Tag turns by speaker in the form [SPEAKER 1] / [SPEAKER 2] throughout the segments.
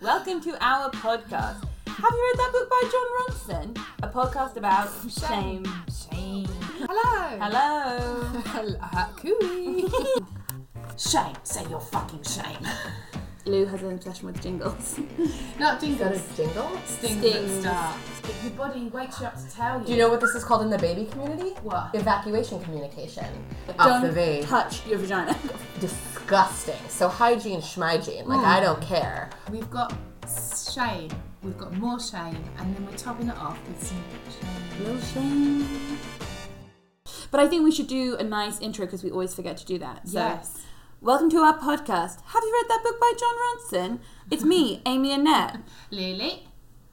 [SPEAKER 1] Welcome to our podcast. Have you read that book by John Ronson? A podcast about shame.
[SPEAKER 2] Shame. Hello.
[SPEAKER 1] Hello.
[SPEAKER 2] Hello. Uh, Cooey.
[SPEAKER 1] Shame. Say your fucking shame. Lou has an obsession with jingles.
[SPEAKER 2] Not jingles.
[SPEAKER 3] jingle?
[SPEAKER 2] Stings.
[SPEAKER 1] Stings.
[SPEAKER 2] Stop. If your body wakes you up to tell you.
[SPEAKER 3] Do you know what this is called in the baby community?
[SPEAKER 2] What?
[SPEAKER 3] Evacuation communication.
[SPEAKER 1] Don't
[SPEAKER 3] Off the V.
[SPEAKER 1] touch your vagina.
[SPEAKER 3] Disgusting. So hygiene, schmygiene. Like, I don't care.
[SPEAKER 2] We've got shame. We've got more shame, and then we're topping it off with some shame.
[SPEAKER 1] Little shame. But I think we should do a nice intro because we always forget to do that. So.
[SPEAKER 2] Yes.
[SPEAKER 1] Welcome to our podcast. Have you read that book by John Ronson? It's me, Amy Annette.
[SPEAKER 2] Lily.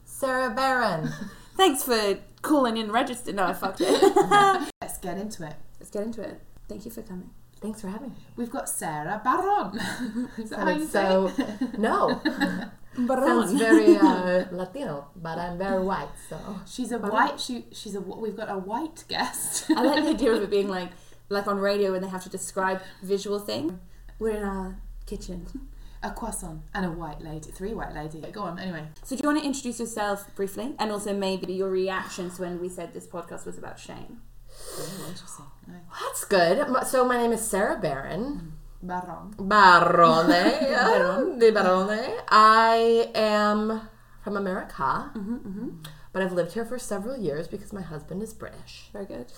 [SPEAKER 3] Sarah Barron.
[SPEAKER 1] Thanks for calling in register. No, I fucked it.
[SPEAKER 2] Let's get into it.
[SPEAKER 1] Let's get into it. Thank you for coming.
[SPEAKER 3] Thanks for having me.
[SPEAKER 2] We've got Sarah Baron. Is that how
[SPEAKER 3] And
[SPEAKER 2] you
[SPEAKER 3] it's
[SPEAKER 2] say it?
[SPEAKER 3] so, no. Sounds very uh, Latino, but I'm very white, so.
[SPEAKER 2] She's a white. She, she's a. wh- We've got a white guest.
[SPEAKER 1] I like the idea of it being like like on radio when they have to describe visual thing. We're in our kitchen.
[SPEAKER 2] a croissant and a white lady. Three white lady. Go on. Anyway.
[SPEAKER 1] So do you want to introduce yourself briefly and also maybe your reactions when we said this podcast was about shame?
[SPEAKER 2] Oh, interesting. No.
[SPEAKER 3] That's good. M- So, my name is Sarah Barron.
[SPEAKER 2] Baron.
[SPEAKER 3] Barone. Barone. De Barone. I am from America, but I've lived here for several years because my husband is British.
[SPEAKER 1] Very good.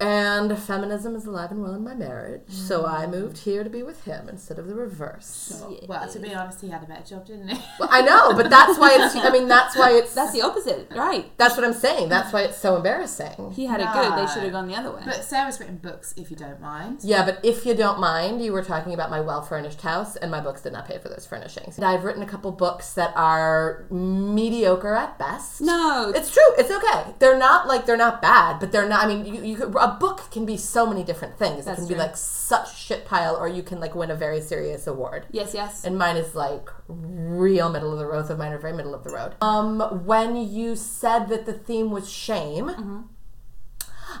[SPEAKER 3] And feminism is alive and well in my marriage, so I moved here to be with him instead of the reverse.
[SPEAKER 2] Sure. Well, to be honest, he had a better job, didn't he?
[SPEAKER 3] Well, I know, but that's why it's. I mean, that's why it's.
[SPEAKER 1] That's
[SPEAKER 3] That's,
[SPEAKER 1] the opposite, right?
[SPEAKER 3] what I'm saying. That's why it's so embarrassing.
[SPEAKER 1] He had it good. They should have gone the other way.
[SPEAKER 2] But Sarah's written books, if you don't mind.
[SPEAKER 3] Yeah, but if you don't mind, you were talking about my well furnished house, and my books did not pay for those furnishings. And I've written a couple books that are mediocre at best.
[SPEAKER 1] No,
[SPEAKER 3] It's true. It's okay. They're not like they're not bad, but they're not. I mean, you, you could, a book can be so many different things.
[SPEAKER 1] That's
[SPEAKER 3] it can be
[SPEAKER 1] true.
[SPEAKER 3] like such shit pile, or you can like win a very serious award.
[SPEAKER 1] yes, yes.
[SPEAKER 3] and mine is like real middle of the road. So mine are very middle of the road. Um, when you said that the theme was shame,
[SPEAKER 1] Mm-hmm.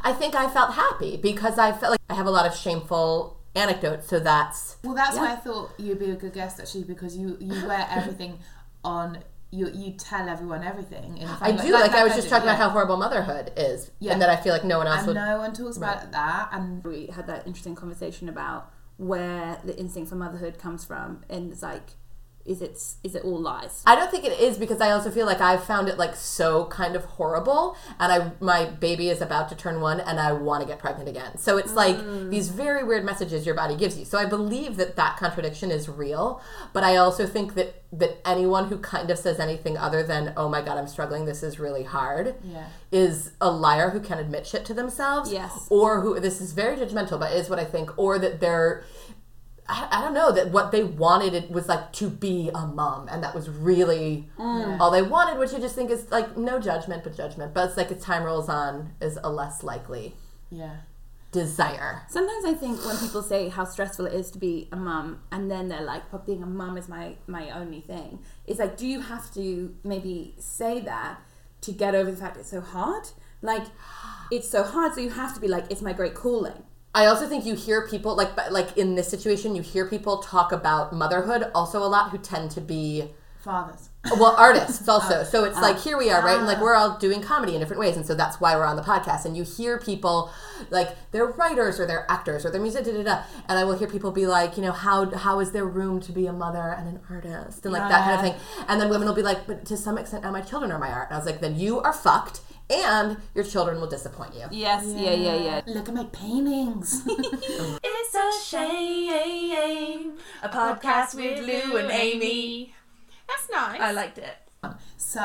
[SPEAKER 3] I think I felt happy because I felt like I have a lot of shameful anecdotes. So that's
[SPEAKER 2] Well, that's why I thought you'd be a good guest, actually, because you, you wear everything on. You, you tell everyone everything. In a
[SPEAKER 3] I
[SPEAKER 2] funny way.
[SPEAKER 3] do like, I was just
[SPEAKER 2] do,
[SPEAKER 3] talking
[SPEAKER 2] yeah.
[SPEAKER 3] about how horrible motherhood is,
[SPEAKER 2] Yeah.
[SPEAKER 3] and that I feel like no one else
[SPEAKER 2] And
[SPEAKER 3] would.
[SPEAKER 2] no one talks about that. And
[SPEAKER 1] we had that interesting conversation about where the instinct for motherhood comes from and it's like is it is it all lies
[SPEAKER 3] I don't think it is because I also feel like I found it like so kind of horrible, and I my baby is about to turn one, and I want to get pregnant again. So it's like these very weird messages your body gives you. So I believe that that contradiction is real, but I also think that that anyone who kind of says anything other than "Oh my god, I'm struggling. This is really hard,"
[SPEAKER 2] Yeah.
[SPEAKER 3] is a liar who can admit shit to themselves.
[SPEAKER 1] Yes.
[SPEAKER 3] or who this is very judgmental, but is what I think, or that they're I, I don't know that what they wanted it was like to be a mom, and that was really all they wanted, which I just think is like no judgment, but judgment. But it's like as time rolls on, is a less likely
[SPEAKER 2] yeah.
[SPEAKER 3] desire.
[SPEAKER 1] sometimes i think when people say how stressful it is to be a mum and then they're like but being a mum is my my only thing it's like do you have to maybe say that to get over the fact it's so hard like it's so hard so you have to be like it's my great calling
[SPEAKER 3] I also think you hear people like but, like in this situation, you hear people talk about motherhood also a lot who tend to be
[SPEAKER 2] Fathers.
[SPEAKER 3] well artists also so it's like here we are right and like we're all doing comedy in different ways and so that's why we're on the podcast and you hear people like they're writers or they're actors or they're music da, da, da. and i will hear people be like you know how how is there room to be a mother and an artist and like that kind of thing and then women will be like but to some extent now my children are my art and i was like then you are fucked and your children will disappoint you
[SPEAKER 1] yes yeah yeah yeah,
[SPEAKER 2] Look at my paintings.
[SPEAKER 4] It's a shame. A podcast with Lou and Amy. That's nice. I liked it.
[SPEAKER 2] So,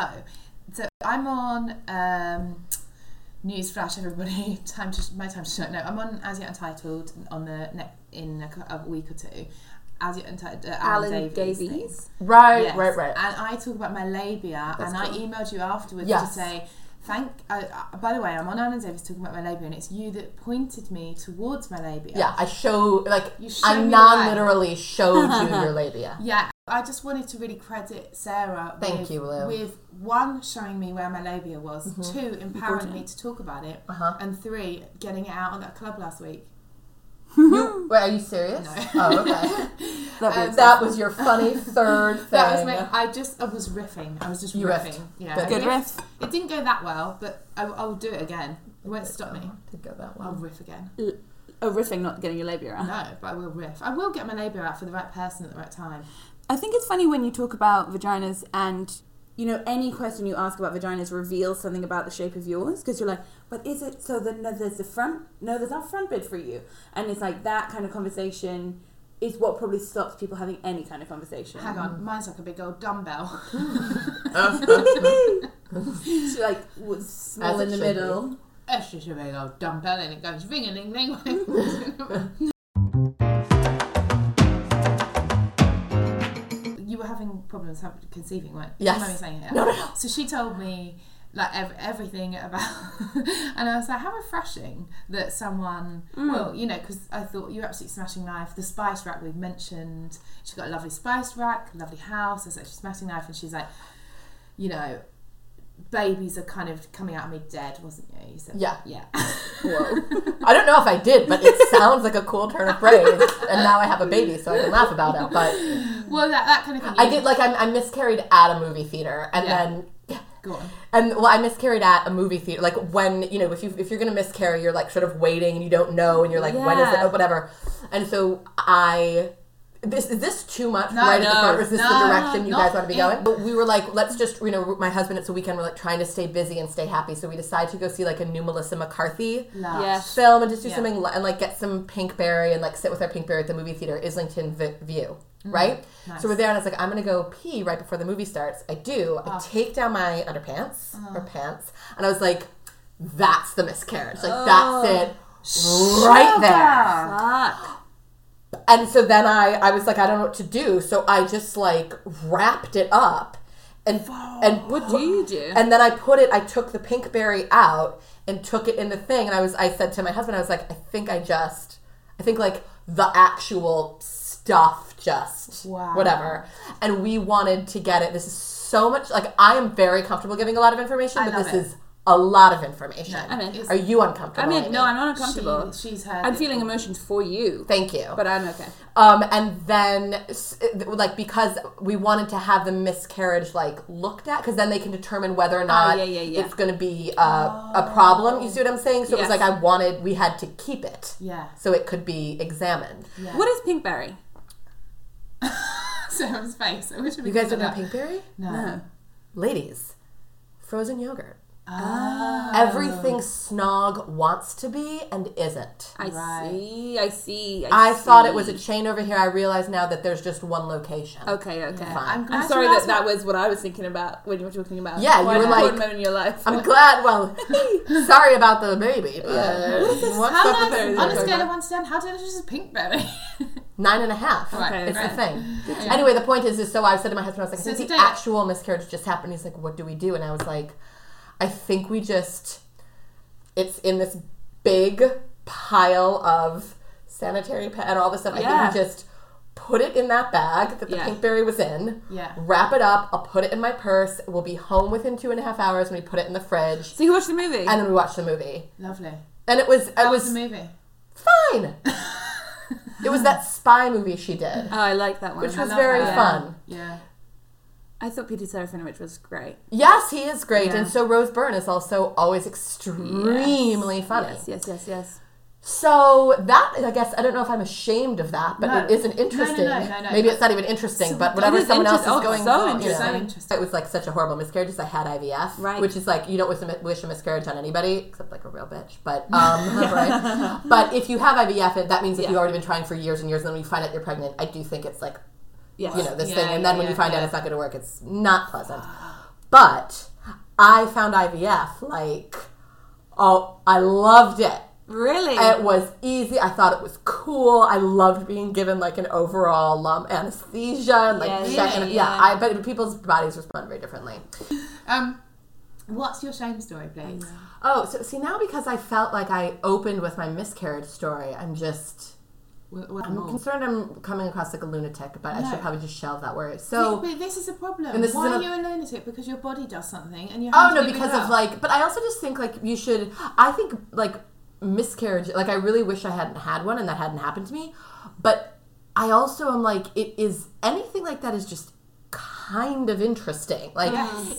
[SPEAKER 2] so I'm on um, newsflash, everybody. time to my time to shine. No, I'm on as yet untitled on the ne- in a, cou- a week or two. As yet untitled, uh, Alan,
[SPEAKER 1] alan
[SPEAKER 2] Davies.
[SPEAKER 1] davies,
[SPEAKER 2] thing.
[SPEAKER 3] right
[SPEAKER 2] Yes.
[SPEAKER 3] right right
[SPEAKER 2] And I talk about my labia, and I emailed you afterwards
[SPEAKER 3] Yes.
[SPEAKER 2] to say. Thank. Uh, uh, by the way, I'm on Alan Davies talking about my labia, and it's you that pointed me towards my labia.
[SPEAKER 3] yeah i show like
[SPEAKER 2] You showed
[SPEAKER 3] i
[SPEAKER 2] me the
[SPEAKER 3] non-literally showed you your labia
[SPEAKER 2] Yeah, I just wanted to really credit Sarah.
[SPEAKER 3] Thank
[SPEAKER 2] with,
[SPEAKER 3] you, Mm-hmm. Lou.
[SPEAKER 2] With one showing me where my labia was, two empowering me to talk about it,
[SPEAKER 3] Uh-huh.
[SPEAKER 2] and three getting it out on that club last week.
[SPEAKER 3] Wait, are you serious? Oh, okay.
[SPEAKER 1] That,
[SPEAKER 2] Um,
[SPEAKER 3] That was your funny third thing.
[SPEAKER 2] That was my. I just I was riffing. I was just
[SPEAKER 3] You
[SPEAKER 2] riffing.
[SPEAKER 3] riffed.
[SPEAKER 2] Yeah,
[SPEAKER 3] Good.
[SPEAKER 1] good
[SPEAKER 2] Riff-
[SPEAKER 1] riff.
[SPEAKER 2] It didn't go that well, but I, I'll do it again. It won't stop me.
[SPEAKER 3] Did go that
[SPEAKER 2] I'll
[SPEAKER 3] well.
[SPEAKER 2] riff again.
[SPEAKER 1] Oh, riffing, not getting your labia out.
[SPEAKER 2] No, but I will riff. I will get my labour out for the right person at the right time.
[SPEAKER 1] I think it's funny when you talk about vaginas and you know any question you ask about vaginas reveals something about the shape of yours because you're like, but is it so that no, there's the front? No, there's not front bit for you, and it's like that kind of conversation is what probably stops people having any kind of conversation.
[SPEAKER 2] Hang
[SPEAKER 3] Mm.
[SPEAKER 2] on, mine's like a big old dumbbell.
[SPEAKER 1] She like was small
[SPEAKER 3] As it
[SPEAKER 1] in the
[SPEAKER 3] should
[SPEAKER 1] middle.
[SPEAKER 2] It's just a big old dumbbell, and it goes ring a ling ling. You were having problems ha- conceiving, weren't you?
[SPEAKER 3] Yes.
[SPEAKER 2] You were saying it.
[SPEAKER 3] No, no, no.
[SPEAKER 2] So she told me like ev- everything about, and I was like, how refreshing that someone.
[SPEAKER 3] Mm.
[SPEAKER 2] Well, you know, because I thought you're absolutely smashing knife. The spice rack we've mentioned. She's got a lovely spice rack, lovely house. I said she's smashing knife, and she's like, you know, babies are kind of coming out of me dead, wasn't you? You said,
[SPEAKER 3] Yeah.
[SPEAKER 2] yeah.
[SPEAKER 3] I don't know if I did, but it sounds like a cool turn of phrase. And now I have a baby, so I can laugh about it. But
[SPEAKER 2] well, that, that kind of thing.
[SPEAKER 3] I did like I, I miscarried at a movie theater, and
[SPEAKER 2] Yeah.
[SPEAKER 3] then
[SPEAKER 2] Go on.
[SPEAKER 3] And well, I miscarried at a movie theater. Like when you know, if you if you're gonna miscarry, you're like sort of waiting and you don't know, and you're like, when is it?
[SPEAKER 1] Yeah.
[SPEAKER 3] Oh, whatever. And so I. This, is this too much
[SPEAKER 2] No,
[SPEAKER 3] right at the
[SPEAKER 2] no,
[SPEAKER 3] front? Or is this
[SPEAKER 2] no,
[SPEAKER 3] the direction you
[SPEAKER 2] not
[SPEAKER 3] guys want to be
[SPEAKER 2] in-
[SPEAKER 3] going? But we were like, let's just, you know, my husband, it's a weekend, we're like trying to stay busy and stay happy. So we decide to go see like a new Melissa McCarthy
[SPEAKER 2] Lush.
[SPEAKER 1] Yes.
[SPEAKER 3] film and just do
[SPEAKER 2] Yeah.
[SPEAKER 3] something li- and like get some pinkberry and like sit with our pinkberry at the movie theater islington v- view right
[SPEAKER 2] Mm, Nice.
[SPEAKER 3] so we're there and i was like i'm gonna go pee right before the movie starts i do
[SPEAKER 2] Oh.
[SPEAKER 3] i take down my underpants
[SPEAKER 2] Uh-huh.
[SPEAKER 3] or pants and i was like that's the miscarriage like
[SPEAKER 2] Oh.
[SPEAKER 3] that's it right there
[SPEAKER 1] Fuck.
[SPEAKER 3] and so then i i was like i don't know what to do so i just like wrapped it up and and
[SPEAKER 1] What do you do?
[SPEAKER 3] and then I put it, I took the pink berry out and took it in the thing. And I was, I said to my husband, I was like, I think I just, I think like the actual stuff just,
[SPEAKER 2] Wow.
[SPEAKER 3] whatever. And we wanted to get it. This is so much, like, I am very comfortable giving a lot of information,
[SPEAKER 2] I
[SPEAKER 3] but
[SPEAKER 2] love
[SPEAKER 3] this
[SPEAKER 2] it.
[SPEAKER 3] is a lot of information.
[SPEAKER 2] I
[SPEAKER 1] mean,
[SPEAKER 3] Are you
[SPEAKER 1] I
[SPEAKER 3] uncomfortable?
[SPEAKER 1] mean,
[SPEAKER 3] Amy?
[SPEAKER 1] no, I'm not uncomfortable.
[SPEAKER 2] She, she's heard.
[SPEAKER 1] I'm
[SPEAKER 2] it.
[SPEAKER 1] feeling emotions for you,
[SPEAKER 3] Thank you.
[SPEAKER 1] but I'm okay.
[SPEAKER 3] Um, and then, s- it- like, because we wanted to have the miscarriage like looked at, because then they can determine whether or not
[SPEAKER 1] Oh, yeah, yeah, yeah.
[SPEAKER 3] it's going to be uh, a problem. You see what I'm saying? So it was
[SPEAKER 1] Yes.
[SPEAKER 3] like I wanted, we had to keep it,
[SPEAKER 2] Yeah.
[SPEAKER 3] so it could be examined.
[SPEAKER 2] yeah.
[SPEAKER 1] What is pinkberry?
[SPEAKER 2] Sarah's face. I wish we
[SPEAKER 3] You
[SPEAKER 2] could
[SPEAKER 3] guys
[SPEAKER 2] put
[SPEAKER 3] don't know
[SPEAKER 2] that.
[SPEAKER 3] pinkberry,
[SPEAKER 2] No.
[SPEAKER 3] ladies? Frozen yogurt.
[SPEAKER 1] Oh.
[SPEAKER 2] Ah.
[SPEAKER 3] Everything snog wants to be and isn't.
[SPEAKER 1] I
[SPEAKER 2] Right.
[SPEAKER 1] see. I see.
[SPEAKER 3] I thought it was
[SPEAKER 1] see.
[SPEAKER 3] a chain over here. I realize now that there's just one location.
[SPEAKER 1] Okay, okay.
[SPEAKER 2] I'm, glad
[SPEAKER 1] I'm
[SPEAKER 2] you
[SPEAKER 1] sorry that
[SPEAKER 2] asked
[SPEAKER 1] that was what I was thinking about when you were talking about.
[SPEAKER 3] Yeah, you
[SPEAKER 1] quite
[SPEAKER 3] were
[SPEAKER 1] an
[SPEAKER 3] like-
[SPEAKER 1] important moment in your life.
[SPEAKER 3] I'm glad. Well, sorry about the baby. But
[SPEAKER 2] me.
[SPEAKER 3] what's
[SPEAKER 2] How
[SPEAKER 3] up with
[SPEAKER 2] nice-
[SPEAKER 3] the
[SPEAKER 2] on a scale of one to ten, how delicious is pink berry?
[SPEAKER 3] Nine and a half.
[SPEAKER 2] Right,
[SPEAKER 3] It's
[SPEAKER 2] right.
[SPEAKER 3] the thing. Anyway, the point is, is so I said to my husband, I was like, I
[SPEAKER 2] So
[SPEAKER 3] think the
[SPEAKER 2] today-
[SPEAKER 3] actual miscarriage just happened. He's like, what do we do? And I was like, I think we just, it's in this big pile of sanitary pad and all this stuff. I
[SPEAKER 1] Yeah.
[SPEAKER 3] think we just put it in that bag that the
[SPEAKER 1] Yeah.
[SPEAKER 3] pinkberry was in.
[SPEAKER 2] Yeah.
[SPEAKER 3] Wrap it up. I'll put it in my purse. We'll be home within two and a half hours when we put it in the fridge.
[SPEAKER 1] so you watched the movie?
[SPEAKER 3] And then we watched the movie.
[SPEAKER 2] Lovely.
[SPEAKER 3] And it was,
[SPEAKER 2] That
[SPEAKER 3] it
[SPEAKER 2] was
[SPEAKER 3] was
[SPEAKER 2] the movie.
[SPEAKER 3] fine. it was that spy movie she did,
[SPEAKER 1] oh, I like that one.
[SPEAKER 3] which
[SPEAKER 2] I
[SPEAKER 3] was
[SPEAKER 2] love
[SPEAKER 3] very
[SPEAKER 2] that.
[SPEAKER 3] fun.
[SPEAKER 2] Yeah.
[SPEAKER 1] I thought Peter Serafinovich was great.
[SPEAKER 3] Yes, he is great,
[SPEAKER 1] Yeah.
[SPEAKER 3] and so Rose Byrne is also always extremely funny.
[SPEAKER 1] Yes, yes, yes, yes.
[SPEAKER 3] So that I guess I don't know if I'm ashamed of that, but
[SPEAKER 2] No.
[SPEAKER 3] it isn't interesting.
[SPEAKER 2] No, no, no, no, no.
[SPEAKER 3] Maybe it's not even interesting, but
[SPEAKER 1] it
[SPEAKER 3] whatever
[SPEAKER 1] is
[SPEAKER 3] someone else is
[SPEAKER 1] interest- oh,
[SPEAKER 3] going
[SPEAKER 1] so
[SPEAKER 3] on, you know.
[SPEAKER 2] So
[SPEAKER 1] interesting.
[SPEAKER 2] interesting.
[SPEAKER 3] It was like such a horrible miscarriage. Just I had IVF,
[SPEAKER 1] Right.
[SPEAKER 3] Which is like you don't wish a, wish a miscarriage on anybody except like a real bitch. But um, right. But if you have IVF, it, that means that
[SPEAKER 1] Yeah.
[SPEAKER 3] you've already been trying for years and years, and then when you find out you're pregnant, I do think it's like
[SPEAKER 1] Yes.
[SPEAKER 3] you know this
[SPEAKER 2] Yeah,
[SPEAKER 3] thing and
[SPEAKER 2] yeah,
[SPEAKER 3] then when
[SPEAKER 2] yeah,
[SPEAKER 3] you find out
[SPEAKER 2] yeah.
[SPEAKER 3] it's not going to work it's not pleasant but i found ivf like oh i loved it
[SPEAKER 1] Really?
[SPEAKER 3] it was easy i thought it was cool i loved being given like an overall lump anesthesia and like
[SPEAKER 1] Yeah,
[SPEAKER 3] checking
[SPEAKER 1] yeah,
[SPEAKER 3] yeah,
[SPEAKER 1] yeah.
[SPEAKER 3] i but people's bodies respond very differently
[SPEAKER 2] Um, what's your shame story, please?
[SPEAKER 3] oh so see now because i felt like i opened with my miscarriage story i'm just
[SPEAKER 2] We'll, we'll
[SPEAKER 3] i'm
[SPEAKER 2] more.
[SPEAKER 3] concerned i'm coming across like a lunatic but i
[SPEAKER 2] No.
[SPEAKER 3] should probably just shelve that word so
[SPEAKER 2] But this is a problem.
[SPEAKER 3] And this
[SPEAKER 2] Why
[SPEAKER 3] is
[SPEAKER 2] are
[SPEAKER 3] an-
[SPEAKER 2] you a lunatic? Because your body does something, and you.
[SPEAKER 3] Oh
[SPEAKER 2] have to
[SPEAKER 3] no,
[SPEAKER 2] give it
[SPEAKER 3] because of
[SPEAKER 2] up.
[SPEAKER 3] like, but I also just think like you should. I think like miscarriage. Like I really wish I hadn't had one and that hadn't happened to me, but I also am like, it is anything like that is just kind of interesting. Like,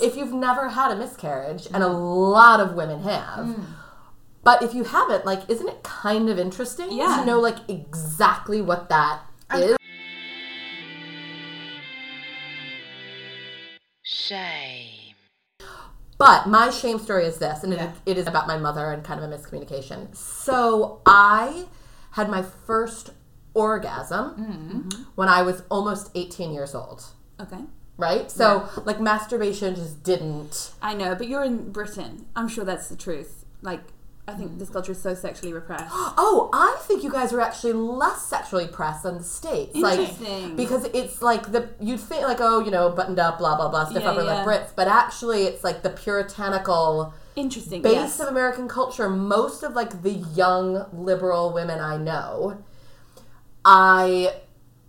[SPEAKER 3] if you've never had a miscarriage, and a
[SPEAKER 2] Mm.
[SPEAKER 3] lot of women have, but if you haven't, like, isn't it kind of interesting
[SPEAKER 4] Yeah.
[SPEAKER 3] to know, like, exactly what that is?
[SPEAKER 5] Shame.
[SPEAKER 3] But my shame story is this, and it-
[SPEAKER 2] Yeah.
[SPEAKER 3] it is about my mother and kind of a miscommunication. So I had my first orgasm when I was almost 18 years old,
[SPEAKER 1] Okay.
[SPEAKER 3] right? So, like, masturbation just didn't.
[SPEAKER 1] I know, but you're in Britain. I'm sure that's the truth. Like, I think this culture is so sexually repressed.
[SPEAKER 3] Oh, I think you guys are actually less sexually pressed than the states.
[SPEAKER 1] Interesting.
[SPEAKER 3] Like because it's like the you'd think like, oh, you know, buttoned up, blah blah blah, stiff
[SPEAKER 1] Yeah,
[SPEAKER 3] upper
[SPEAKER 1] yeah.
[SPEAKER 3] lip Brits, but actually it's like the puritanical
[SPEAKER 1] Interesting.
[SPEAKER 3] base
[SPEAKER 1] yes.
[SPEAKER 3] of American culture, most of like the young liberal women I know, I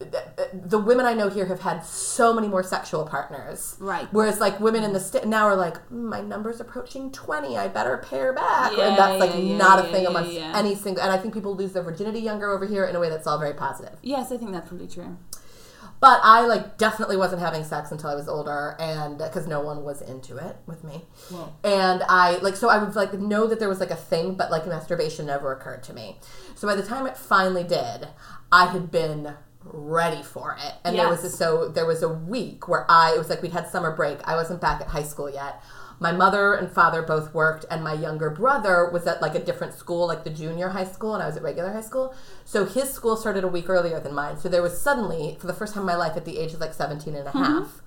[SPEAKER 3] th- th- the women I know here have had so many more sexual partners.
[SPEAKER 1] Right.
[SPEAKER 3] Whereas like women in the state now are like, "Mm, my number's approaching 20, I better pair back.
[SPEAKER 1] Yeah,
[SPEAKER 3] and that's like
[SPEAKER 1] yeah, yeah,
[SPEAKER 3] not
[SPEAKER 1] yeah,
[SPEAKER 3] a thing
[SPEAKER 1] yeah,
[SPEAKER 3] amongst
[SPEAKER 1] yeah.
[SPEAKER 3] any single, and I think people lose their virginity younger over here in a way that's all very positive.
[SPEAKER 1] Yes, I think that's probably true.
[SPEAKER 3] But I like definitely wasn't having sex until I was older, and because no one was into it with me, and I like so I would like know that there was like a thing, but like masturbation never occurred to me. So by the time it finally did, I had been ready for it, and there was
[SPEAKER 1] Yes.
[SPEAKER 3] this, so there was a week where I it was like we'd had summer break. I wasn't back at high school yet. My mother and father both worked, and my younger brother was at like a different school, like the junior high school, and I was at regular high school. So his school started a week earlier than mine. So there was suddenly, for the first time in my life, at the age of like 17 and a half,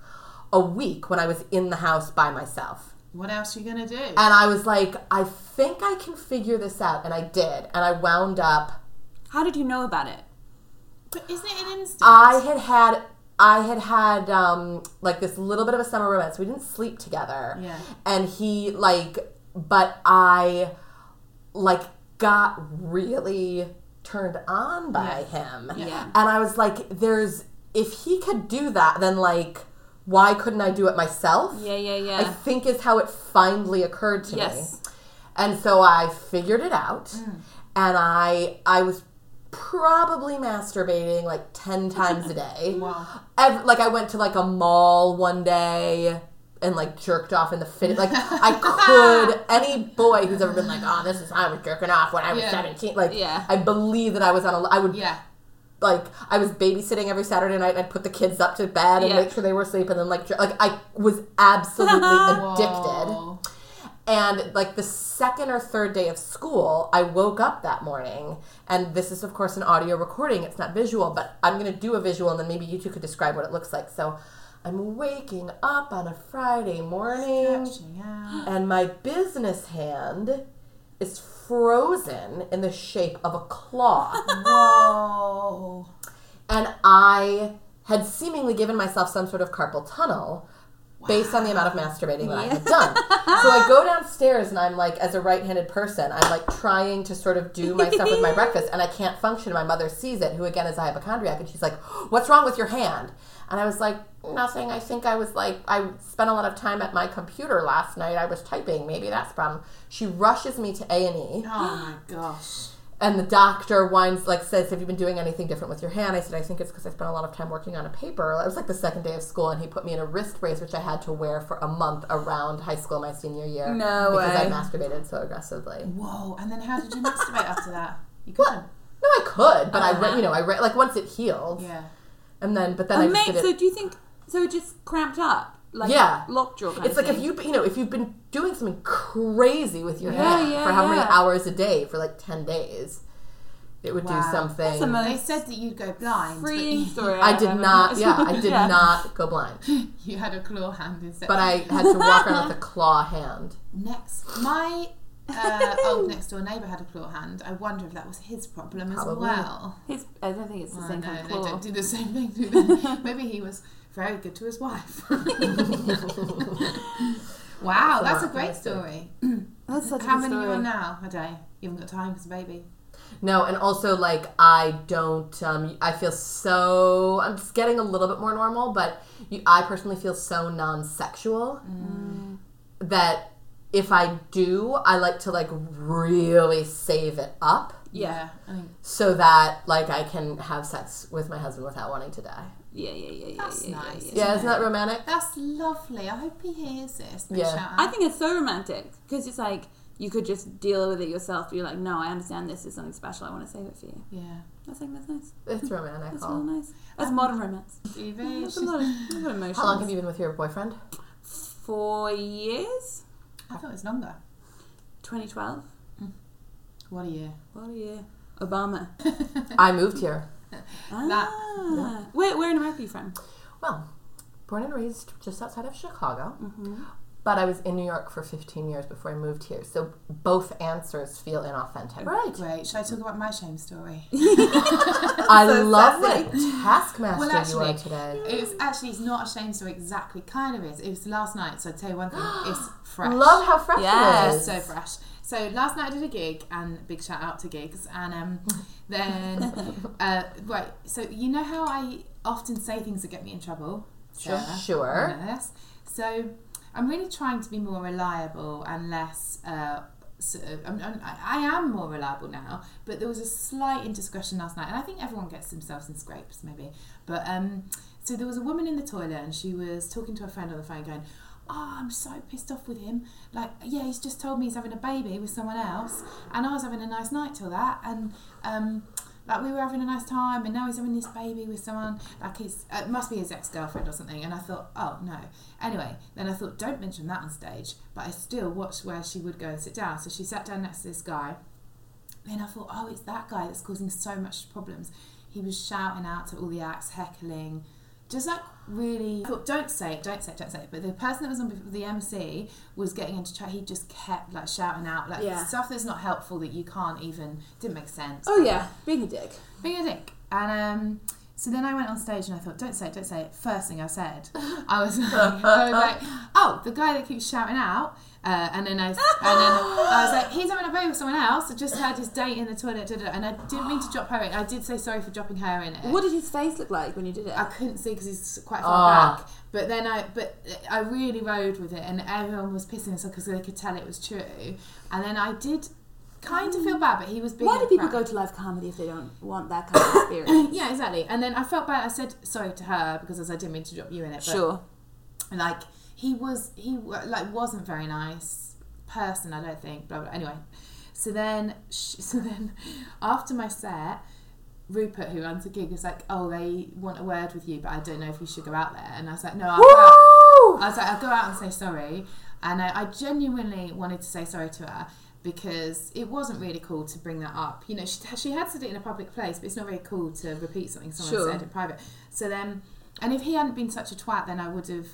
[SPEAKER 3] a week when I was in the house by myself.
[SPEAKER 2] What else are you gonna do?
[SPEAKER 3] And I was like, I think I can figure this out. And I did. And I wound up
[SPEAKER 1] How did you know about it?
[SPEAKER 2] but isn't it an instant?
[SPEAKER 3] I had had I had had um, like this little bit of a summer romance. We didn't sleep together.
[SPEAKER 2] Yeah.
[SPEAKER 3] And he like, but I like got really turned on by him.
[SPEAKER 1] Yeah.
[SPEAKER 3] And I was like, there's if he could do that, then like, why couldn't I do it myself?
[SPEAKER 1] Yeah, yeah, yeah.
[SPEAKER 3] I think is how it finally occurred to
[SPEAKER 1] Yes.
[SPEAKER 3] me. And so I figured it out
[SPEAKER 2] Mm.
[SPEAKER 3] and I I was probably masturbating like 10 times a day.
[SPEAKER 2] Wow.
[SPEAKER 3] Ev- like I went to like a mall one day and like jerked off in the fit like I could any boy who's ever been like oh this is how I was jerking off when I was
[SPEAKER 2] Yeah.
[SPEAKER 3] 17 like
[SPEAKER 1] Yeah.
[SPEAKER 3] I believe that I was on a I would
[SPEAKER 2] yeah.
[SPEAKER 3] like I was babysitting every Saturday night. I'd put the kids up to bed and
[SPEAKER 1] Yeah.
[SPEAKER 3] make sure they were asleep, and then like dr- like I was absolutely addicted.
[SPEAKER 2] Whoa.
[SPEAKER 3] And like the second or third day of school, I woke up that morning, and this is of course an audio recording. It's not visual, but I'm gonna do a visual, and then maybe you two could describe what it looks like. So. I'm waking up on a Friday morning
[SPEAKER 2] Stretching out.
[SPEAKER 3] and my business hand is frozen in the shape of a claw. Oh
[SPEAKER 2] Whoa.
[SPEAKER 3] and I had seemingly given myself some sort of carpal tunnel based on the amount of masturbating that I had done. so I go downstairs and I'm like, as a right-handed person, I'm like trying to sort of do my stuff with my breakfast, and I can't function. My mother sees it, who again is a hypochondriac, and she's like, "What's wrong with your hand?" And I was like, "Nothing. I think I was like, I spent a lot of time at my computer last night. I was typing. Maybe that's the problem." She rushes me to A and
[SPEAKER 2] Oh
[SPEAKER 3] E
[SPEAKER 2] my gosh.
[SPEAKER 3] and the doctor winds like says have you been doing anything different with your hand i said i think it's because i spent a lot of time working on a paper it was like the second day of school and he put me in a wrist brace which i had to wear for a month around high school my senior year
[SPEAKER 1] No
[SPEAKER 3] because i
[SPEAKER 1] way.
[SPEAKER 3] masturbated so aggressively
[SPEAKER 2] Whoa. And then how did you masturbate after that? You
[SPEAKER 3] What?
[SPEAKER 2] couldn't.
[SPEAKER 3] no i could but i
[SPEAKER 1] Uh-huh.
[SPEAKER 3] re- you know i re- like once it healed
[SPEAKER 2] Yeah.
[SPEAKER 3] and then but then i
[SPEAKER 1] Oh,
[SPEAKER 3] just
[SPEAKER 1] mate,
[SPEAKER 3] did it
[SPEAKER 1] so do you think so? It just cramped up, like
[SPEAKER 3] Yeah.
[SPEAKER 1] lockjaw. Kind
[SPEAKER 3] it's
[SPEAKER 1] of
[SPEAKER 3] like if you you know if you've been doing something crazy with your
[SPEAKER 1] Yeah,
[SPEAKER 3] hand
[SPEAKER 1] yeah,
[SPEAKER 3] for how many
[SPEAKER 1] yeah.
[SPEAKER 3] hours a day for like 10 days it would
[SPEAKER 2] Wow.
[SPEAKER 3] do something
[SPEAKER 1] That's the most
[SPEAKER 2] They said that you'd go blind. but
[SPEAKER 1] freeing story.
[SPEAKER 3] i
[SPEAKER 1] I've
[SPEAKER 3] did
[SPEAKER 1] ever
[SPEAKER 3] not
[SPEAKER 1] heard.
[SPEAKER 3] yeah i did
[SPEAKER 1] Yeah.
[SPEAKER 3] not go blind
[SPEAKER 2] You had a claw hand instead.
[SPEAKER 3] but I had to walk around with a claw hand.
[SPEAKER 2] next, my uh, old next door neighbour had a claw hand. I wonder if that was his problem as
[SPEAKER 3] Probably.
[SPEAKER 2] well.
[SPEAKER 1] His- I don't think it's the
[SPEAKER 2] Well,
[SPEAKER 1] same
[SPEAKER 2] no,
[SPEAKER 1] kind of
[SPEAKER 2] Oh, they
[SPEAKER 1] claw.
[SPEAKER 2] don't do the same thing, do they? Maybe he was very good to his wife. wow, that's a great story.
[SPEAKER 1] That's such
[SPEAKER 2] How
[SPEAKER 1] a good
[SPEAKER 2] many
[SPEAKER 1] story.
[SPEAKER 2] you on now a day? You haven't got time because baby.
[SPEAKER 3] No, and also like I don't. Um, I feel so. I'm just getting a little bit more normal, but you, I personally feel so non-sexual Mm. that if I do, I like to like really save it up.
[SPEAKER 1] Yeah.
[SPEAKER 2] I think
[SPEAKER 3] so that like I can have sex with my husband without wanting to die.
[SPEAKER 1] Yeah, yeah, yeah, yeah.
[SPEAKER 2] That's
[SPEAKER 1] yeah, yeah,
[SPEAKER 2] nice.
[SPEAKER 1] yeah.
[SPEAKER 3] Yeah, isn't that romantic?
[SPEAKER 2] that's lovely. I hope he hears this. Big
[SPEAKER 3] Yeah.
[SPEAKER 2] shout out.
[SPEAKER 1] I think it's so romantic because it's like you could just deal with it yourself. You're like, no, I understand this is something special. I want to save it for you.
[SPEAKER 2] yeah.
[SPEAKER 1] I think that's nice.
[SPEAKER 3] It's romantic.
[SPEAKER 1] That's really
[SPEAKER 3] How
[SPEAKER 1] nice. That's modern romance. That's a
[SPEAKER 2] Deviation.
[SPEAKER 1] lot of, a lot of emotions.
[SPEAKER 3] long have you been with your boyfriend?
[SPEAKER 1] Four years?
[SPEAKER 2] I thought it was longer.
[SPEAKER 1] 2012?
[SPEAKER 2] What a year.
[SPEAKER 1] What a year. Obama.
[SPEAKER 3] I moved here.
[SPEAKER 1] Ah.
[SPEAKER 2] That-
[SPEAKER 1] Where, where in America are you from?
[SPEAKER 3] Well, born and raised just outside of Chicago,
[SPEAKER 1] Mm-hmm.
[SPEAKER 3] but I was in New York for 15 years before I moved here. So both answers feel inauthentic. Right.
[SPEAKER 2] Wait, should I talk about my shame story?
[SPEAKER 3] I love
[SPEAKER 2] sassy.
[SPEAKER 3] what taskmaster
[SPEAKER 2] Well,
[SPEAKER 3] you are
[SPEAKER 2] actually-
[SPEAKER 3] today.
[SPEAKER 2] It's actually it's not a shame story exactly kind of is. It was last night, so I tell you one thing, it's fresh.
[SPEAKER 3] Love how fresh
[SPEAKER 1] Yes.
[SPEAKER 3] it
[SPEAKER 2] It's
[SPEAKER 3] is.
[SPEAKER 2] so fresh. So last night I did a gig, and big shout out to gigs. And um, then, uh, right, so you know how I often say things that get me in trouble?
[SPEAKER 3] Sure.
[SPEAKER 2] Sarah?
[SPEAKER 3] Sure.
[SPEAKER 2] You know this. So I'm really trying to be more reliable and less. Uh, sort of- I'm, I'm, I I am more reliable now, but there was a slight indiscretion last night, and I think everyone gets themselves in scrapes, maybe. But um, so there was a woman in the toilet, and she was talking to a friend on the phone, going, "Oh, I'm so pissed off with him. Like, yeah, he's just told me he's having a baby with someone else, and I was having a nice night till that, and um." Like we were having a nice time, and now he's having this baby with someone. Like he's uh, it must be his ex girlfriend or something. And I thought, oh no. Anyway, then I thought, don't mention that on stage. But I still watched where she would go and sit down. So she sat down next to this guy, then I thought, oh, it's that guy that's causing so much problems. He was shouting out to all the acts, heckling, just like really. I thought, don't say it, don't say it, don't say it. But the person that was on before, the MC was getting into chat. He just kept like shouting out like
[SPEAKER 1] Yeah.
[SPEAKER 2] stuff that's not helpful that you can't even. Didn't make sense.
[SPEAKER 1] Oh, yeah. Being a dick.
[SPEAKER 2] Being a dick. And um, so then I went on stage and I thought, don't say it, don't say it. First thing I said, I was like, I was like oh, the guy that keeps shouting out. Uh, and then I and then I was like, he's having a baby with someone else. I just heard his date in the toilet. Da, da, da. And I didn't mean to drop her in. I did say sorry for dropping her in. it.
[SPEAKER 1] What did his face look like when you did it?
[SPEAKER 2] I couldn't see because he's quite
[SPEAKER 1] Ah.
[SPEAKER 2] far back. But then I, but I really rode with it, and everyone was pissing us off because they could tell it was true. And then I did kind of feel bad, but he was. Being
[SPEAKER 1] Why do people
[SPEAKER 2] crap.
[SPEAKER 1] go to live comedy if they don't want that kind of experience?
[SPEAKER 2] Yeah, exactly. And then I felt bad. I said sorry to her because as I didn't mean to drop you in it. But
[SPEAKER 1] sure.
[SPEAKER 2] Like he was, he wa- like wasn't very nice person. I don't think. Blah blah. Anyway, so then, sh- so then, after my set, Rupert, who runs the gig, was like, "Oh, they want a word with you, but I don't know if you should go out there." And I was like, "No, I'll go out." I was like, I'll go out and say sorry. And I, I genuinely wanted to say sorry to her because it wasn't really cool to bring that up. You know, she, she had said it in a public place, but it's not very cool to repeat something someone
[SPEAKER 1] Sure.
[SPEAKER 2] said in private. So then, and if he hadn't been such a twat, then I would have,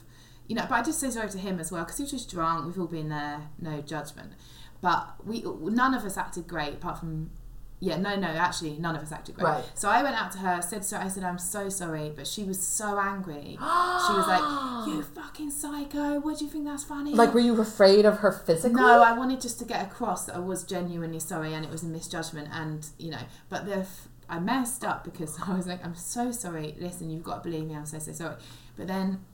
[SPEAKER 2] you know, but I did say sorry to him as well because he was just drunk. We've all been there, no judgment. But we none of us acted great apart from, yeah, no, no, actually, none of us acted great.
[SPEAKER 3] Right.
[SPEAKER 2] So I went out to her, said so. I said, I'm so sorry, but she was so angry. she was like, "You fucking psycho! What do you think that's funny?"
[SPEAKER 3] Like, were you afraid of her physically?
[SPEAKER 2] no, I wanted just to get across that I was genuinely sorry and it was a misjudgment, and you know, but the f- I messed up because I was like, "I'm so sorry. Listen, you've got to believe me. I'm so so sorry." But then.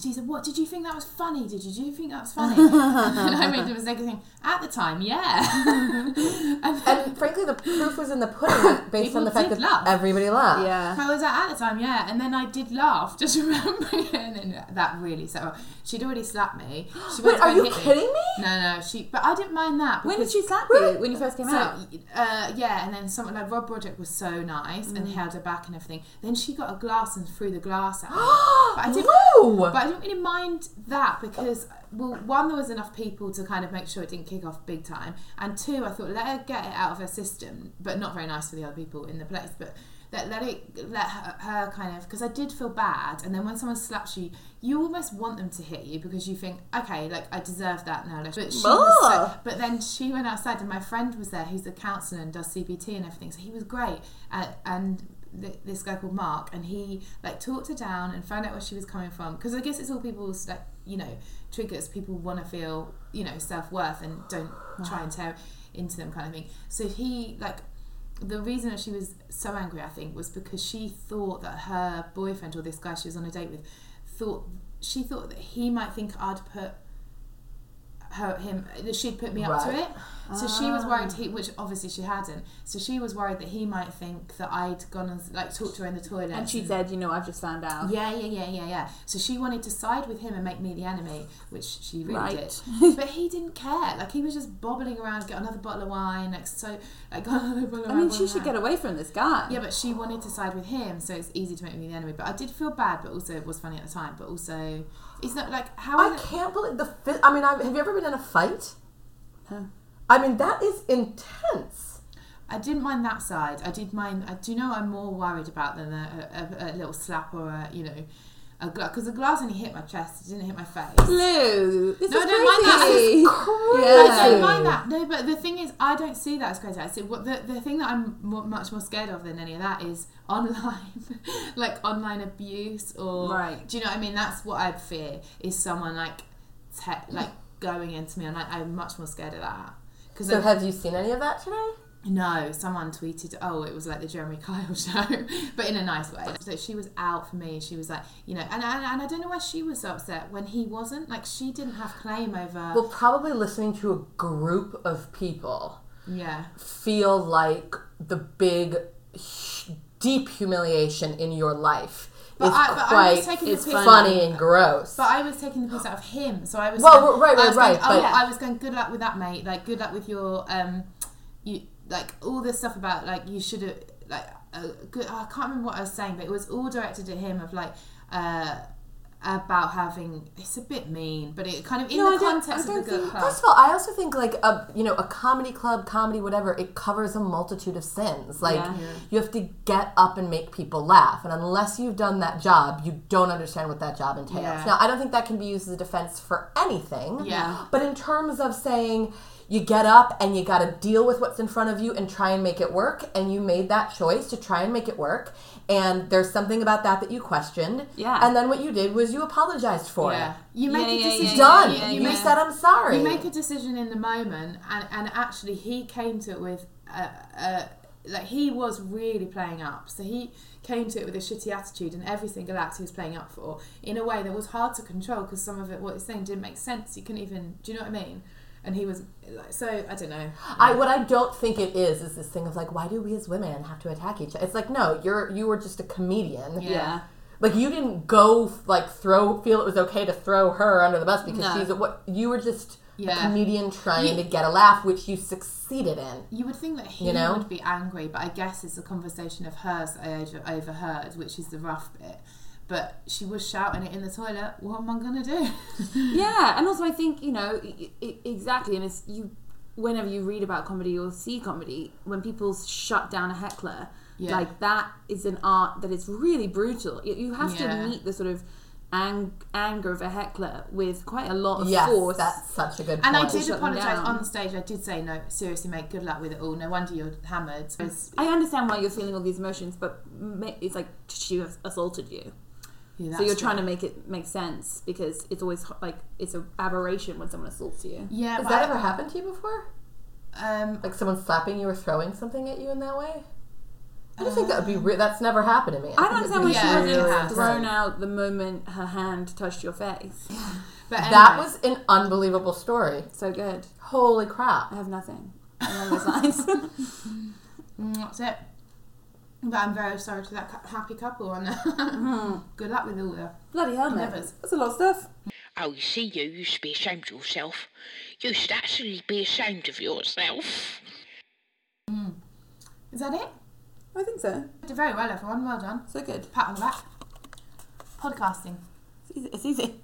[SPEAKER 2] She said, "What did you think that was funny? Did you, do you think that was funny?" and I made the mistake of thinking, "At the time, yeah." and then,
[SPEAKER 3] And frankly, the proof was in the pudding based
[SPEAKER 2] People
[SPEAKER 3] on the fact
[SPEAKER 2] did
[SPEAKER 3] that
[SPEAKER 2] laugh.
[SPEAKER 3] everybody laughed.
[SPEAKER 1] Yeah.
[SPEAKER 2] I was like, at the time, yeah. And then I did laugh, just remembering it. And then that really set her off. She'd already slapped me. She went
[SPEAKER 3] Wait,
[SPEAKER 2] to go
[SPEAKER 3] are
[SPEAKER 2] and
[SPEAKER 3] you
[SPEAKER 2] hit me.
[SPEAKER 3] kidding me?
[SPEAKER 2] No, no. She, but I didn't mind that.
[SPEAKER 1] When did
[SPEAKER 2] because-
[SPEAKER 1] she slap you? When you first came
[SPEAKER 2] so,
[SPEAKER 1] out?
[SPEAKER 2] uh, yeah, and then someone like Rob Broderick was so nice and
[SPEAKER 3] Mm.
[SPEAKER 2] held her back and everything. Then she got a glass and threw the glass at me. but I didn't,
[SPEAKER 3] Whoa!
[SPEAKER 2] but I didn't really mind that because, well, one, there was enough people to kind of make sure it didn't kick off big time, and two, I thought let her get it out of her system, but not very nice for the other people in the place, but. Let, let it let her, her kind of because I did feel bad and then when someone slaps you you almost want them to hit you because you think okay like I deserve that now let's-" but she was so,
[SPEAKER 1] Ugh.
[SPEAKER 2] but then she went outside, and my friend was there, who's a counsellor and does CBT and everything. So he was great, uh, and th- this guy called Mark, and he like talked her down and found out where she was coming from. Because I guess it's all people's like you know triggers. People want to feel you know self worth and don't try and tear into them kind of thing. So he like the reason that she was so angry, I think, was because she thought that her boyfriend or this guy she was on a date with thought she thought that he might think I'd put her him that she'd put me up to
[SPEAKER 3] Right.
[SPEAKER 2] it. So she was worried
[SPEAKER 1] Ah.
[SPEAKER 2] he, which obviously she hadn't. So she was worried that he might think that I'd gone and like talked to her in the toilet.
[SPEAKER 1] And she said, you know, I've just found out.
[SPEAKER 2] Yeah, yeah, yeah, yeah, yeah. So she wanted to side with him and make me the enemy, which she really
[SPEAKER 1] Right.
[SPEAKER 2] did. But he didn't care. Like he was just bobbling around, get another bottle of wine, like so, like got another bottle of
[SPEAKER 1] I
[SPEAKER 2] wine,
[SPEAKER 1] mean,
[SPEAKER 2] bottle
[SPEAKER 1] she
[SPEAKER 2] of
[SPEAKER 1] should
[SPEAKER 2] wine.
[SPEAKER 1] get away from this guy.
[SPEAKER 2] Yeah, but she wanted to side with him, so it's easy to make me the enemy. But I did feel bad, but also it was funny at the time. But also, it's not like how
[SPEAKER 3] I
[SPEAKER 2] is it-
[SPEAKER 3] can't believe the. fi- I mean, I've, have you ever been in a fight?
[SPEAKER 1] No.
[SPEAKER 3] I mean, that is intense.
[SPEAKER 2] I didn't mind that side. I did mind. I do you know I'm more worried about than a, a, a, a little slap or a you know, a because the glass only hit my chest. It didn't hit my face.
[SPEAKER 1] Lou, this
[SPEAKER 2] No,
[SPEAKER 1] is
[SPEAKER 2] I don't mind that.
[SPEAKER 1] crazy.
[SPEAKER 2] I
[SPEAKER 1] Yeah.
[SPEAKER 2] don't mind that. No, but the thing is, I don't see that as crazy. I see what the, the thing that I'm more, much more scared of than any of that is online, like online abuse or.
[SPEAKER 1] Right.
[SPEAKER 2] Do you know what I mean? That's what I fear is someone like, te- like going into me. I'm like, I'm much more scared of that. Because
[SPEAKER 3] So, have you seen any of that today?
[SPEAKER 2] no, someone tweeted, oh, it was like the Jeremy Kyle show, but in a nice way. So she was out for me. She was like, you know, and, and, and I don't know why she was so upset when he wasn't. Like, she didn't have claim over.
[SPEAKER 3] Well, probably listening to a group of people
[SPEAKER 2] yeah.
[SPEAKER 3] feel like the big, hu- deep humiliation in your life
[SPEAKER 2] But
[SPEAKER 3] is
[SPEAKER 2] I- but I was
[SPEAKER 3] quite
[SPEAKER 2] taking the
[SPEAKER 3] it's
[SPEAKER 2] piss out of
[SPEAKER 3] funny
[SPEAKER 2] it.
[SPEAKER 3] and gross.
[SPEAKER 2] But I was taking the piss out of him, so I was.
[SPEAKER 3] Well,
[SPEAKER 2] going-
[SPEAKER 3] right, right,
[SPEAKER 2] I was
[SPEAKER 3] right,
[SPEAKER 2] Going, oh,
[SPEAKER 3] but-
[SPEAKER 2] I was going. Good luck with that, mate. Like, good luck with your um, you like all this stuff about like you should have like uh, good. I can't remember what I was saying, but it was all directed at him of like uh about having. It's a bit mean, but it kind of in
[SPEAKER 1] No,
[SPEAKER 2] the
[SPEAKER 1] I don't-
[SPEAKER 2] context
[SPEAKER 1] I
[SPEAKER 2] of
[SPEAKER 1] don't
[SPEAKER 2] the good
[SPEAKER 1] think-
[SPEAKER 2] club.
[SPEAKER 3] First of all, I also think like a you know a comedy club, comedy whatever, it covers a multitude of sins. Like
[SPEAKER 1] Yeah.
[SPEAKER 3] you have to get up and make people laugh, and unless you've done that job, you don't understand what that job entails.
[SPEAKER 2] Yeah.
[SPEAKER 3] Now, I don't think that can be used as a defense for anything.
[SPEAKER 2] Yeah.
[SPEAKER 3] But in terms of saying you get up and you got to deal with what's in front of you and try and make it work, and you made that choice to try and make it work, and there's something about that that you questioned.
[SPEAKER 1] Yeah.
[SPEAKER 3] And then what you did was you apologized for
[SPEAKER 2] Yeah,
[SPEAKER 3] it.
[SPEAKER 2] you make
[SPEAKER 1] Yeah,
[SPEAKER 2] a
[SPEAKER 1] yeah, yeah,
[SPEAKER 2] decision.
[SPEAKER 3] Done.
[SPEAKER 2] You-
[SPEAKER 3] You,
[SPEAKER 2] you make-
[SPEAKER 3] said I'm sorry.
[SPEAKER 2] You make a decision in the moment, and, and actually, he came to it with uh, uh, like he was really playing up. So he came to it with a shitty attitude, and every single act he was playing up for in a way that was hard to control because some of it, what he's saying, didn't make sense. You couldn't even. Do you know what I mean? And he was like, so I don't know.
[SPEAKER 3] I what I don't think it is is this thing of like why do we as women have to attack each other? It's like no, you're you were just a comedian.
[SPEAKER 2] Yeah.
[SPEAKER 1] Yeah.
[SPEAKER 3] Like you didn't go f- like throw feel it was okay to throw her under the bus because
[SPEAKER 1] No.
[SPEAKER 3] she's a, what you were just a
[SPEAKER 2] Yeah.
[SPEAKER 3] comedian trying to get a laugh, which you succeeded in.
[SPEAKER 2] You would think that he
[SPEAKER 3] You know?
[SPEAKER 2] would be angry, but I guess it's a conversation of hers that I over- overheard, which is the rough bit. But she was shouting it in the toilet. What am I gonna do?
[SPEAKER 1] Yeah, and also I think you know i- i- exactly, and it's you. Whenever you read about comedy or see comedy, when people shut down a heckler,
[SPEAKER 2] Yeah.
[SPEAKER 1] like that is an art that is really brutal. You, you have
[SPEAKER 2] Yeah.
[SPEAKER 1] to meet the sort of ang- anger of a heckler with quite a lot of
[SPEAKER 3] Yes,
[SPEAKER 1] force.
[SPEAKER 3] that's such a good
[SPEAKER 2] And I
[SPEAKER 3] point.
[SPEAKER 2] did
[SPEAKER 1] shut them
[SPEAKER 2] apologise
[SPEAKER 1] down.
[SPEAKER 2] on the stage. I did say, no, seriously, mate, good luck with it all. No wonder you're hammered.
[SPEAKER 1] Mm.
[SPEAKER 2] It was-
[SPEAKER 1] I understand why you're feeling all these emotions, but ma- it's like she has assaulted you,
[SPEAKER 2] Yeah,
[SPEAKER 1] so you're
[SPEAKER 2] that's
[SPEAKER 1] trying to
[SPEAKER 2] right.
[SPEAKER 1] make it make sense because it's always h- like it's an aberration when someone assaults you.
[SPEAKER 2] Yeah,
[SPEAKER 3] Has
[SPEAKER 2] but
[SPEAKER 3] that
[SPEAKER 2] I-
[SPEAKER 3] ever happened to you before?
[SPEAKER 2] Um,
[SPEAKER 3] Like someone slapping you or throwing something at you in that way? I just think that would be re- that's never happened to me.
[SPEAKER 1] I don't
[SPEAKER 3] think it'd
[SPEAKER 1] understand why
[SPEAKER 2] Yeah,
[SPEAKER 3] be
[SPEAKER 1] she
[SPEAKER 2] it
[SPEAKER 1] wasn't
[SPEAKER 2] has.
[SPEAKER 1] thrown out the moment her hand touched your face.
[SPEAKER 2] but anyway,
[SPEAKER 3] That was an unbelievable story.
[SPEAKER 1] So good.
[SPEAKER 3] Holy crap.
[SPEAKER 1] I have nothing along those lines.
[SPEAKER 2] Mm, that's it. But I'm very sorry to that cou- happy couple,
[SPEAKER 1] Mm.
[SPEAKER 2] and good luck with all the
[SPEAKER 1] Bloody hell, man.
[SPEAKER 2] Nevers.
[SPEAKER 1] That's a lot of stuff.
[SPEAKER 5] Oh, you see, you, you should be ashamed of yourself. You should actually be ashamed of yourself.
[SPEAKER 2] Is that it?
[SPEAKER 1] I think so.
[SPEAKER 2] Did very well, everyone. Well done.
[SPEAKER 1] So good.
[SPEAKER 2] Pat on the back. Podcasting.
[SPEAKER 1] It's easy. It's easy.